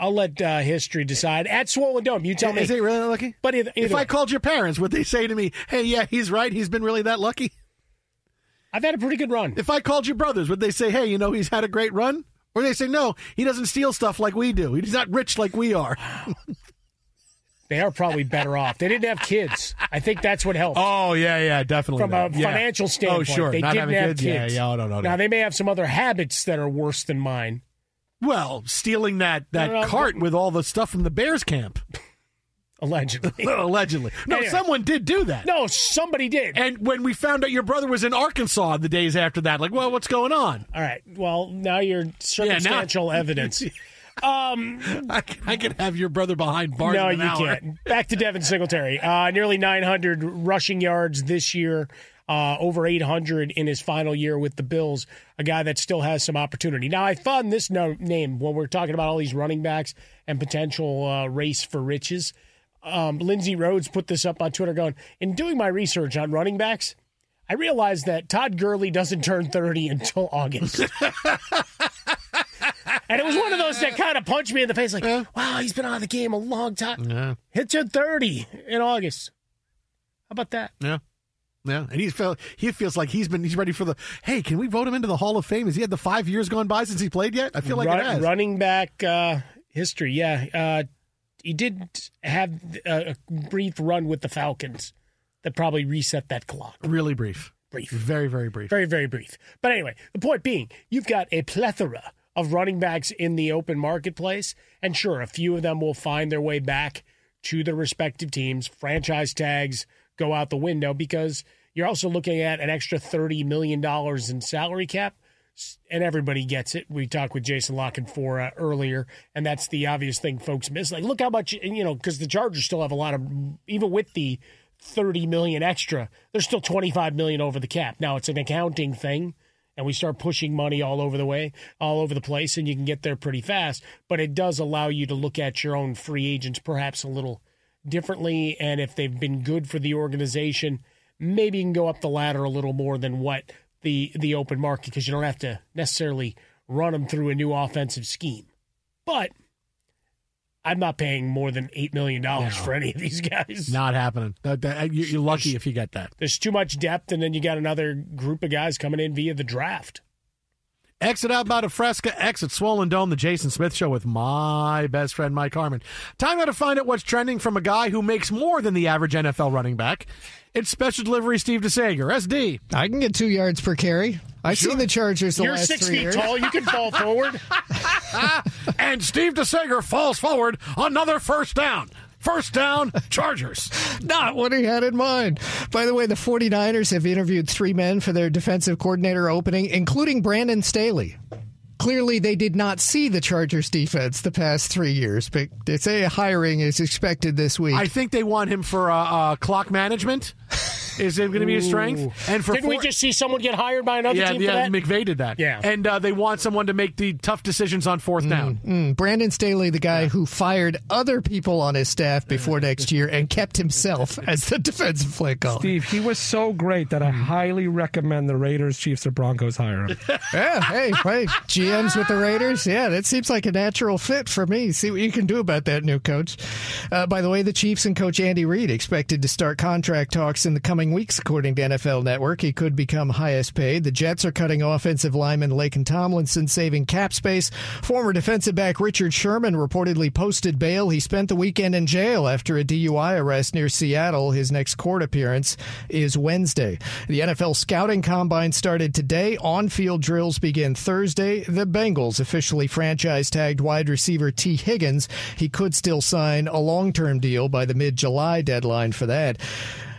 S8: I'll let uh, history decide. At Swollen Dome, you tell me.
S7: Is 8 really that lucky?
S8: But either,
S7: if I called your parents, would they say to me, "Hey, yeah, he's right. He's been really that lucky"?
S8: I've had a pretty good run.
S7: If I called your brothers, would they say, "Hey, you know, he's had a great run"? Or they say, "No, he doesn't steal stuff like we do. He's not rich like we are."
S8: they are probably better off. They didn't have kids. I think that's what helped.
S7: Oh yeah, yeah, definitely.
S8: From a financial standpoint,
S7: Oh sure,
S8: they
S7: not
S8: didn't
S7: having
S8: have
S7: kids. Yeah, yeah, oh, no, no, no.
S8: Now they may have some other habits that are worse than mine.
S7: Well, stealing that that
S8: No, no,
S7: cart with all the stuff from the Bears camp.
S8: Allegedly.
S7: *laughs* Allegedly. No,
S8: Anyway.
S7: someone did do that.
S8: No, somebody did.
S7: And when we found out your brother was in Arkansas the days after that, like, well, what's going on?
S8: All right. Well, now you're circumstantial
S7: *laughs*
S8: evidence. Um,
S7: I, c- I could have your brother behind bars.
S8: no,
S7: in an
S8: you
S7: hour.
S8: can't. Back to Devin Singletary. Uh, nearly 900 rushing yards this year, uh, over 800 in his final year with the Bills. A guy that still has some opportunity. Now, I found this no- name when we're talking about all these running backs and potential uh, race for riches. um, Lindsey Rhodes put this up on Twitter going, in doing my research on running backs, I realized that Todd Gurley doesn't turn 30 until August. and it was one of those that kind of punched me in the face like, wow, he's been out of the game a long time.
S7: Yeah.
S8: Hit your 30 in August. How about that?
S7: Yeah. Yeah, and he's feel, he feels like he's been he's ready for the. Hey, can we vote him into the Hall of Fame? Has he had the five years gone by since he played yet? I feel like
S8: Run-
S7: it has.
S8: running back uh, history. Yeah, uh, he did have a a brief run with the Falcons that probably reset that clock.
S7: Really brief,
S8: brief,
S7: very very brief.
S8: Very very brief. But anyway, the point being, you've got a plethora of running backs in the open marketplace, and sure, a few of them will find their way back to their respective teams. Franchise tags go out the window because you're also looking at an extra thirty million dollars in salary cap and everybody gets it. We talked with Jason Lockenfora earlier, and that's the obvious thing folks miss. Like, look how much you know, because the Chargers still have a lot of, even with the thirty million extra, they're still twenty five million over the cap. Now it's an accounting thing, and we start pushing money all over the way, all over the place, and you can get there pretty fast. But it does allow you to look at your own free agents perhaps a little differently, and if they've been good for the organization, maybe you can go up the ladder a little more than what the the open market because you don't have to necessarily run them through a new offensive scheme. But I'm not paying more than eight million dollars for any of these guys.
S7: Not happening. That- that- you- you're lucky if you get that.
S8: There's too much depth, and then you got another group of guys coming in via the draft.
S7: Exit out by Fresca, exit Swollen Dome, the Jason Smith Show with my best friend Mike Harmon. Time now to find out what's trending from a guy who makes more than the average NFL running back. It's special delivery Steve DeSager, SD.
S18: I can get two yards per carry. I've seen the Chargers the
S7: You're
S18: last
S7: six
S18: three
S7: feet
S18: years.
S7: tall. You
S18: *laughs*
S7: can
S8: fall forward.
S7: *laughs* and Steve DeSager falls forward, another first down. First down, Chargers.
S18: *laughs* Not what he had in mind. By the way, the 49ers have interviewed three men for their defensive coordinator opening, including Brandon Staley. Clearly, they did not see the Chargers defense the past three years, but they say hiring is expected this week.
S7: I think they want him for uh, uh, clock management. Is it going to be a strength? And for
S8: Didn't we
S7: four-
S8: just see someone get hired by another
S7: yeah,
S8: team
S7: yeah,
S8: for that?
S7: McVay did that.
S8: Yeah.
S7: and uh, they want someone to make the tough decisions on fourth down.
S18: Mm, Brandon Staley, the guy who fired other people on his staff before next year and kept himself as the defensive play caller.
S9: Steve, he was so great that I highly recommend the Raiders, Chiefs, or Broncos hire him.
S18: yeah, hey, hey, GMs with the Raiders. Yeah, that seems like a natural fit for me. See what you can do about that new coach. Uh, by the way, the Chiefs and coach Andy Reid expected to start contract talks in the coming weeks, according to NFL Network. He could become highest paid. The Jets are cutting offensive lineman Lake and Tomlinson, saving cap space. Former defensive back Richard Sherman reportedly posted bail. He spent the weekend in jail after a DUI arrest near Seattle. His next court appearance is Wednesday. The NFL scouting combine started today. On field drills begin Thursday. The Bengals officially franchise tagged wide receiver T. Higgins. He could still sign a long term deal by the mid July deadline for that.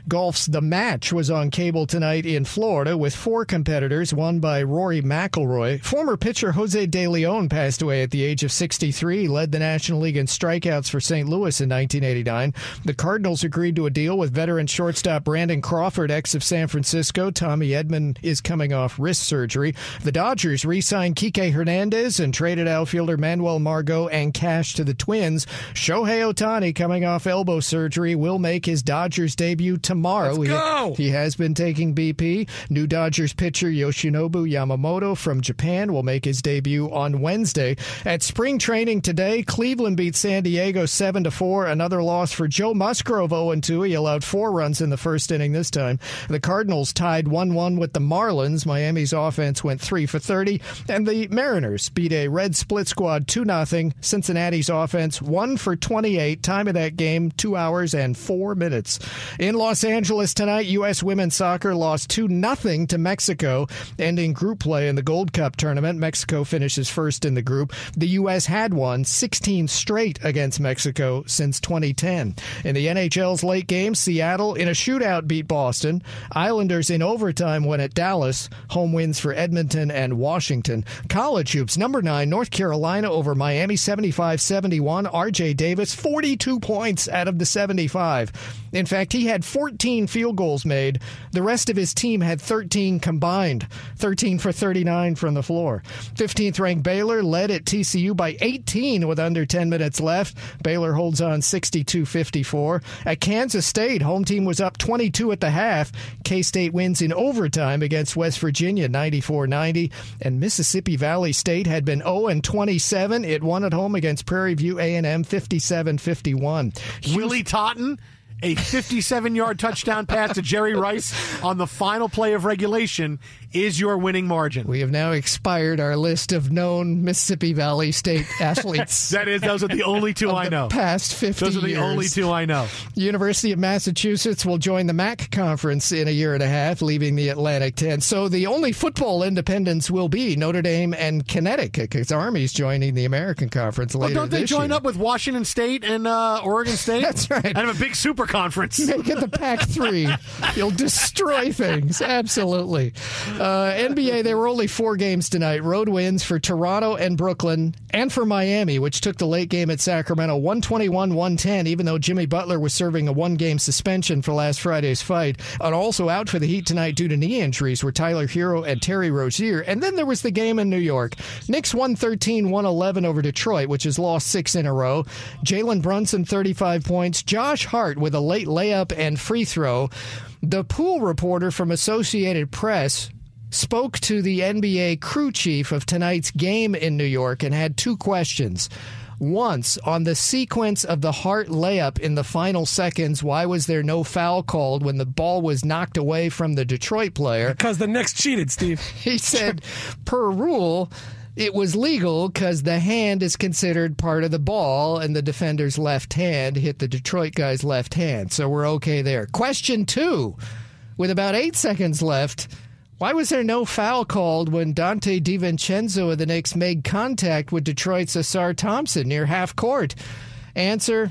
S18: Golf's The Match was on cable tonight in Florida with four competitors, won by Rory McIlroy. Former pitcher Jose De Leon passed away at the age of 63, led the National League in strikeouts for St. Louis in 1989. The Cardinals agreed to a deal with veteran shortstop Brandon Crawford, ex of San Francisco. Tommy Edmond is coming off wrist surgery. The Dodgers re-signed Kike Hernandez and traded outfielder Manuel Margot and cash to the Twins. Shohei Otani, coming off elbow surgery, will make his Dodgers debut tomorrow. He-
S9: go!
S18: He, has been taking BP. New Dodgers pitcher Yoshinobu Yamamoto from Japan will make his debut on Wednesday. At spring training today, Cleveland beat San Diego 7 to 4. Another loss for Joe Musgrove 0 2. He allowed four runs in the first inning this time. The Cardinals tied 1 1 with the Marlins. Miami's offense went 3 for 30. And the Mariners beat a red split squad 2 0. Cincinnati's offense 1 for 28. Time of that game, 2 hours and 4 minutes. In Los Angeles tonight, U.S. women's soccer lost 2 0 to Mexico, ending group play in the Gold Cup tournament. Mexico finishes first in the group. The U.S. had won 16 straight against Mexico since 2010. In the NHL's late game, Seattle in a shootout beat Boston. Islanders in overtime win at Dallas. Home wins for Edmonton and Washington. College hoops number nine, North Carolina over Miami 75 71. RJ Davis, 42 points out of the 75. In fact, he had 14. 14 field goals made. The rest of his team had 13 combined, 13 for 39 from the floor. 15th ranked Baylor led at TCU by 18 with under 10 minutes left. Baylor holds on 62 54. At Kansas State, home team was up 22 at the half. K State wins in overtime against West Virginia 94 90. And Mississippi Valley State had been 0 27. It won at home against Prairie View A&M 57 51.
S7: Willie Totten, a 57 yard touchdown pass to Jerry Rice on the final play of regulation is your winning margin.
S18: We have now expired our list of known Mississippi Valley
S7: *laughs*
S18: State athletes.
S7: that is, those are the only two
S18: of
S7: I
S18: the
S7: know.
S18: Past 50
S7: Those are the
S18: years.
S7: only two I know.
S18: University of Massachusetts will join the MAC conference in a year and a half, leaving the Atlantic 10. So the only football independents will be Notre Dame and Connecticut, because Army's joining the American Conference
S7: Well,
S18: later
S7: don't they
S18: this
S7: join
S18: year.
S7: up with Washington State and uh, Oregon State? That's right. And have a big super conference.
S18: *laughs* Make it the Pac 3. You'll destroy things. Absolutely. Uh, NBA, there were only four games tonight. Road wins for Toronto and Brooklyn and for Miami, which took the late game at Sacramento 121 110, even though Jimmy Butler was serving a one game suspension for last Friday's fight. And also out for the Heat tonight due to knee injuries were Tyler Hero and Terry Rozier. And then there was the game in New York. Knicks 113 111 over Detroit, which has lost six in a row. Jalen Brunson, 35 points. Josh Hart with a late layup and free throw. The pool reporter from Associated Press spoke to the NBA crew chief of tonight's game in New York and had two questions. Once on the sequence of the Hart layup in the final seconds, why was there no foul called when the ball was knocked away from the Detroit player?
S9: Because the Knicks cheated,
S18: *laughs*
S9: Steve.
S18: he said, per rule, it was legal because the hand is considered part of the ball, and the defender's left hand hit the Detroit guy's left hand. So we're okay there. Question two with about eight seconds left. Why was there no foul called when Dante DiVincenzo of the Knicks made contact with Detroit's Asar Thompson near half court? Answer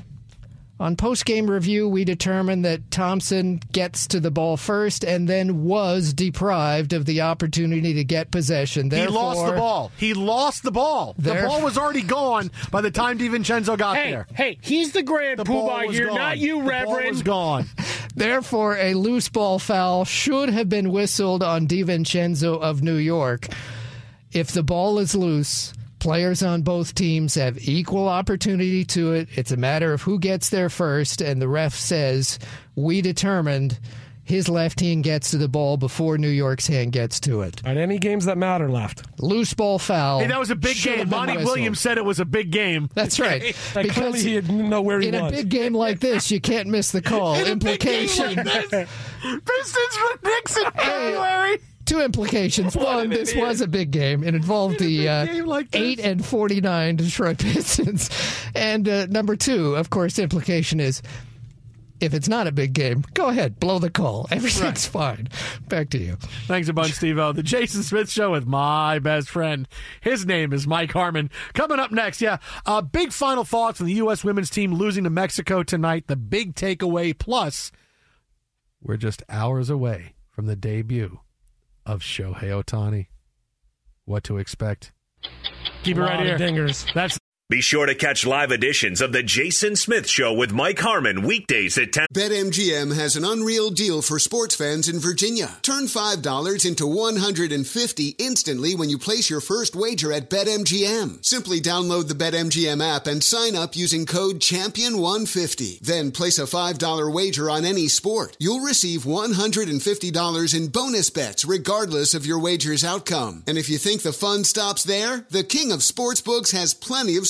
S18: on post game review, we determined that Thompson gets to the ball first and then was deprived of the opportunity to get possession.
S7: He
S18: Therefore,
S7: lost the ball. He lost the ball. the
S18: There-
S7: ball was already gone by the time DiVincenzo got
S18: Hey,
S7: there.
S8: Hey, he's the grand
S7: the ball
S8: poobah
S7: was
S8: here,
S7: gone.
S8: not you,
S7: The ball
S8: Reverend.
S7: was gone.
S18: Therefore, a loose ball foul should have been whistled on DiVincenzo of New York. If the ball is loose, players on both teams have equal opportunity to it. It's a matter of who gets there first, and the ref says, We determined his left hand gets to the ball before New York's hand gets to it.
S9: At any games that matter left.
S18: Loose ball foul.
S7: Hey, that was a big
S18: should
S7: game.
S18: have been
S7: Monty
S18: whistled.
S7: Williams said it was a big game.
S18: *laughs* That's right.
S9: Like, clearly he didn't know where he
S18: in
S9: was.
S18: a big game like this, you can't miss
S9: *laughs*
S18: the call. Implication.
S7: Pistons with Knicks in February.
S18: Two implications. One, this was a big game. It involved the uh,
S7: game like this.
S18: 8 and 49 Detroit *laughs* Pistons. And uh, number two, of course, the implication is if it's not a big game, go ahead, blow the call. *laughs* Everything's fine. Back to you.
S7: Thanks a bunch, Steve The Jason Smith Show with my best friend. His name is Mike Harmon. Coming up next, yeah, uh, big final thoughts on the U.S. women's team losing to Mexico tonight. The big takeaway. Plus, *laughs* we're just hours away from the debut of Shohei Otani. What to expect? Keep it
S9: Lot
S7: right
S9: of
S7: here.
S9: dingers.
S7: That's
S13: Be sure to catch live editions of The Jason Smith Show with Mike Harmon weekdays at 10.
S6: BetMGM has an unreal deal for sports fans in Virginia. Turn $5 into 150 instantly when you place your first wager at BetMGM. Simply download the BetMGM app and sign up using code Champion150. Then place a $5 wager on any sport. You'll receive $150 in bonus bets regardless of your wager's outcome. And if you think the fun stops there, the King of Sportsbooks has plenty of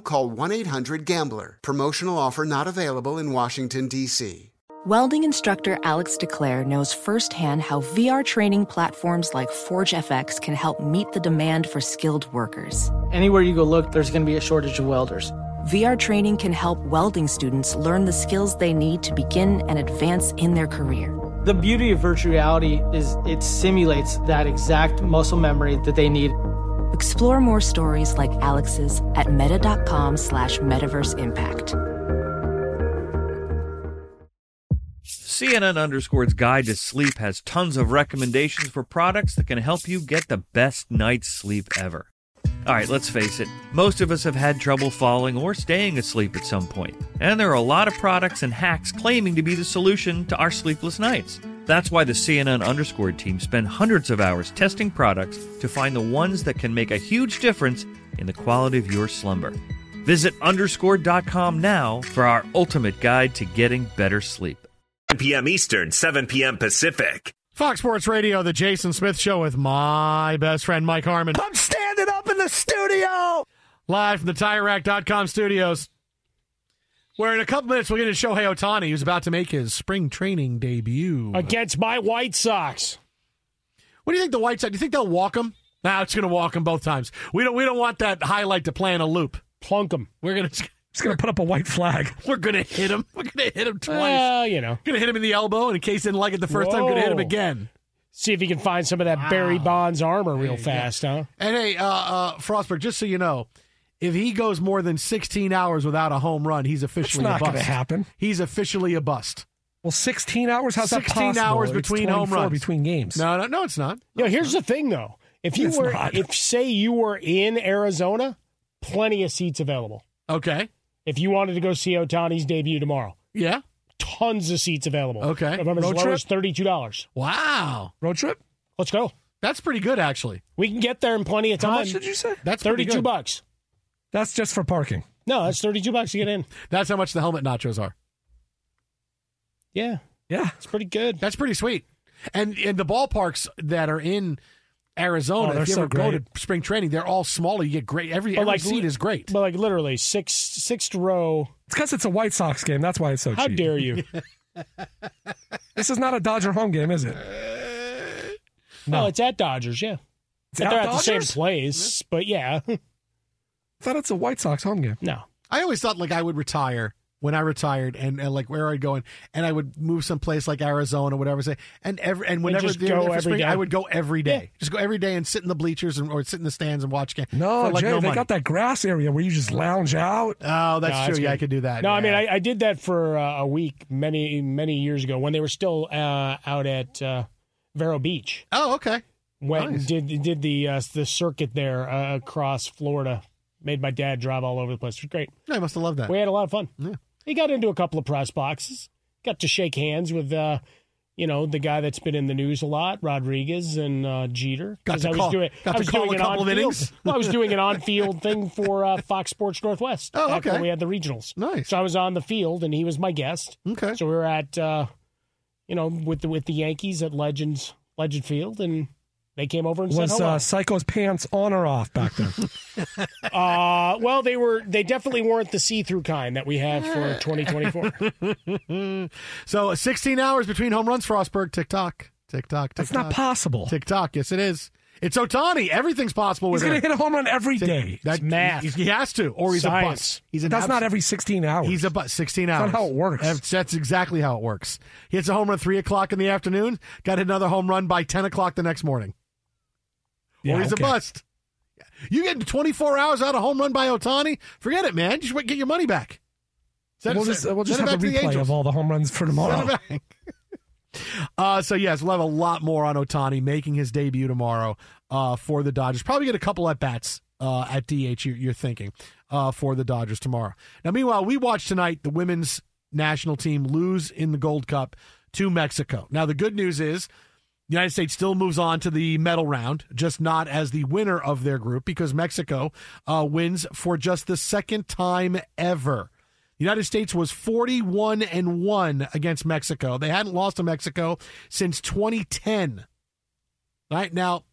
S6: Call 1 800 Gambler. Promotional offer not available in Washington, D.C.
S1: Welding instructor Alex DeClaire knows firsthand how VR training platforms like ForgeFX can help meet the demand for skilled workers.
S19: Anywhere you go look, there's going to be a shortage of welders.
S1: VR training can help welding students learn the skills they need to begin and advance in their career.
S19: The beauty of virtual reality is it simulates that exact muscle memory that they need.
S1: Explore more stories like Alex's at meta.com slash metaverse impact.
S20: CNN Underscore's Guide to Sleep has tons of recommendations for products that can help you get the best night's sleep ever. All right, let's face it, most of us have had trouble falling or staying asleep at some point, and there are a lot of products and hacks claiming to be the solution to our sleepless nights. That's why the CNN Underscored team spend hundreds of hours testing products to find the ones that can make a huge difference in the quality of your slumber. Visit underscore.com now for our ultimate guide to getting better sleep.
S21: 10 p.m. Eastern, 7 p.m. Pacific.
S7: Fox Sports Radio, the Jason Smith Show with my best friend Mike Harmon.
S22: I'm standing up in the studio.
S7: Live from the TireRack.com studios, where in a couple minutes we'll get into Shohei Otani, who's about to make his spring training debut.
S8: Against my White Sox.
S7: What do you think the White Sox, do you think they'll walk him? Nah, it's going to walk him both times. We don't, we don't want that highlight to play in a loop.
S8: Plunk him.
S7: We're *laughs* going to...
S9: Just gonna put up a white flag.
S7: *laughs* We're gonna hit him. We're gonna hit him twice.
S8: Well, you know,
S7: gonna hit him in the elbow, and in case he didn't like it the first Whoa. time, gonna hit him again.
S8: See if he can find some of that wow. Barry Bonds armor real hey, fast, yeah. huh?
S7: And hey, uh, uh, Frostberg, just so you know, if he goes more than 16 hours without a home run, he's officially
S9: That's not
S7: a bust.
S9: gonna happen.
S7: He's officially a bust.
S9: Well, 16 hours. How's
S7: 16
S9: that possible?
S7: hours between home runs,
S9: between games.
S7: No, no, no, it's not.
S8: No, Yo, here's not. the thing, though. If you it's were, not. if say you were in Arizona, plenty of seats available.
S7: Okay
S8: if you wanted to go see Otani's debut tomorrow.
S7: Yeah.
S8: Tons of seats available.
S7: Okay. I
S8: remember, Road as low as $32.
S7: Wow.
S9: Road trip?
S8: Let's go.
S7: That's pretty good, actually.
S8: We can get there in plenty of time.
S9: How much did you say?
S8: That's 32 bucks.
S9: That's just for parking.
S8: No, that's 32 bucks to get in.
S7: *laughs* that's how much the helmet nachos are.
S8: Yeah.
S9: Yeah.
S8: It's pretty good.
S7: That's pretty sweet. And and the ballparks that are in Arizona.
S9: Oh,
S7: if you
S9: so
S7: ever
S9: great.
S7: go to spring training, they're all smaller. You get great every,
S8: But
S7: every
S8: like,
S7: seat is great.
S8: But like literally six sixth row.
S9: It's because it's a White Sox game. That's why it's so
S8: How
S9: cheap.
S8: dare you?
S9: *laughs* this is not a Dodger home game, is it?
S8: No, it's at Dodgers. Yeah,
S9: It's
S8: they're
S9: at
S8: at the same
S9: Dodgers?
S8: place. But yeah, *laughs*
S9: thought it's a White Sox home game.
S8: no.
S7: I always thought like I would retire when I retired and, and like where I'd go in, and I would move someplace like Arizona, whatever. Say and every and whenever
S8: just
S7: they're
S8: go
S7: there for
S8: every
S7: spring,
S8: day.
S7: I would go every day,
S8: Yeah.
S7: just go every day and sit in the bleachers and, or sit in the stands and watch games.
S9: No,
S7: for, like
S9: Oh, Jay,
S7: no
S9: they
S7: money.
S9: got that grass area where you just lounge out.
S8: No,
S7: Oh, that's true.
S8: that's
S7: yeah,
S8: good.
S7: I could do that.
S8: No,
S7: yeah.
S8: I mean I, I did that for uh, a week many many years ago when they were still uh, out at uh, Vero Beach.
S7: oh, okay.
S8: Went
S7: Nice.
S8: and did did the uh, the circuit there uh, across Florida. Made my dad drive all over the place. It was great.
S7: I must have loved that.
S8: We had a lot of fun.
S7: Yeah.
S8: He got into a couple of press boxes. Got to shake hands with, uh, you know, the guy that's been in the news a lot, Rodriguez and uh, Jeter.
S7: Got
S8: 'Cause
S7: to
S8: I was
S7: call-
S8: doing-
S7: got
S8: I
S7: to
S8: was
S7: call
S8: doing
S7: a
S8: an
S7: couple of
S8: on-field-
S7: innings?
S8: *laughs* well, I was doing
S7: *laughs*
S8: an on-field thing for uh, Fox Sports Northwest.
S7: Oh,
S8: back
S7: okay.
S8: when we had the regionals.
S7: Nice.
S8: So I was on the field, and he was my guest.
S7: Okay.
S8: So we were at, uh, you know, with the, with the Yankees at Legends Legend Field, and they came over and said
S9: Was
S8: hello.
S9: uh, Psycho's pants on or off back then?
S8: Uh, well, they were they definitely weren't the see-through kind that we have for
S7: *laughs*
S8: 2024.
S7: so 16 hours between home runs, Frostberg. Tick tock, tick tock, tick
S9: That's not possible.
S7: Tick tock. Yes, it is. It's Otani. Everything's possible
S9: He's
S7: with
S9: going to
S7: him.
S9: hit a home run every
S7: Tick-
S9: day.
S7: That,
S8: It's math.
S7: He, he has to, or he's a
S8: Science.
S7: bust. He's an
S9: That's
S7: abs-
S9: not every 16 hours.
S7: He's a bust. 16 hours.
S9: not how it works.
S7: That's, that's exactly how it works. He hits a home run at 3 o'clock in the afternoon, got another home run by 10 o'clock the next morning.
S9: Yeah,
S7: or he's
S9: okay.
S7: a bust. You get 24 hours out of home run by Otani? Forget it, man. Just wait- get your money back. Send-
S9: We'll just,
S7: send-
S9: we'll just
S7: send it
S9: have a
S7: back to the
S9: replay
S7: Angels.
S9: of all the home runs for tomorrow.
S7: Send it back. Uh, so yes, we'll have a lot more on Otani making his debut tomorrow uh, for the Dodgers. Probably get a couple at bats uh, at DH. You're, you're thinking uh, for the Dodgers tomorrow. Now, meanwhile, we watch tonight the women's national team lose in the Gold Cup to Mexico. Now, the good news is the United States still moves on to the medal round, just not as the winner of their group because Mexico uh, wins for just the second time ever. The United States was 41 and 1 against Mexico. They hadn't lost to Mexico since 2010. Right now,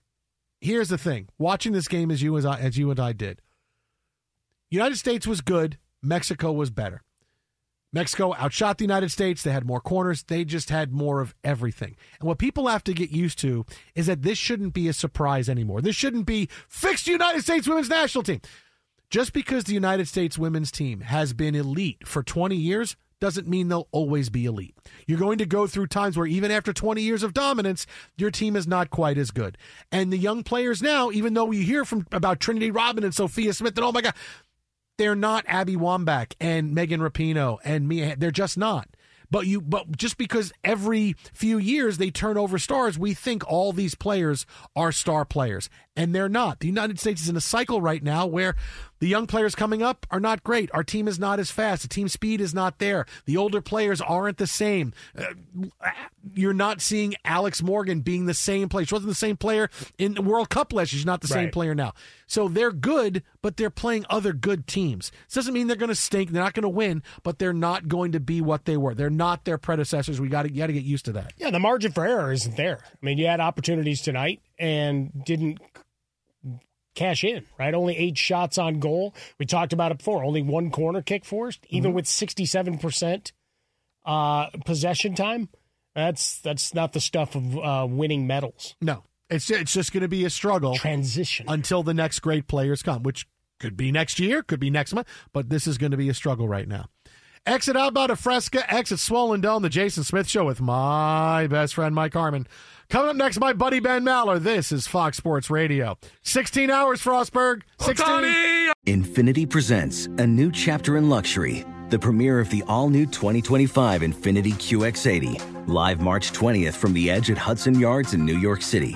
S7: here's the thing. Watching this game as you as I, as you and I did. United States was good, Mexico was better. Mexico outshot the United States. They had more corners. They just had more of everything. And what people have to get used to is that this shouldn't be a surprise anymore. This shouldn't be fixed United States women's national team. Just because the United States women's team has been elite for 20 years doesn't mean they'll always be elite. You're going to go through times where even after 20 years of dominance, your team is not quite as good. And the young players now, even though you hear from about Trinity Robin and Sophia Smith and oh my god, they're not Abby Wambach and Megan Rapinoe and Mia. They're just not. But you, but just because every few years they turn over stars, we think all these players are star players, and they're not. The United States is in a cycle right now where the young players coming up are not great. Our team is not as fast. The team speed is not there. The older players aren't the same. Uh, you're not seeing Alex Morgan being the same player. She wasn't the same player in the World Cup last year. She's not the same
S8: Right.
S7: player now. So they're good, but they're playing other good teams. This doesn't mean they're going to stink. They're not going to win, but they're not going to be what they were. They're not their predecessors. We got to got to get used to that.
S8: Yeah, the margin for error isn't there. I mean, you had opportunities tonight and didn't c- cash in, right? Only eight shots on goal. We talked about it before. Only one corner kick forced, even with 67% uh, possession time. That's that's not the stuff of uh, winning medals.
S7: No, it's it's just going to be a struggle
S8: transition
S7: until the next great players come, which could be next year, could be next month, but this is going to be a struggle right now. Exit out by Fresca, exit Swollen Dome, the Jason Smith Show with my best friend Mike Harmon. Coming up next, my buddy Ben Maller. This is Fox Sports Radio. 16 hours, Frostberg. 16.
S23: Infinity presents a new chapter in luxury, the premiere of the all new 2025 Infinity QX80, live March 20th from the edge at Hudson Yards in New York City,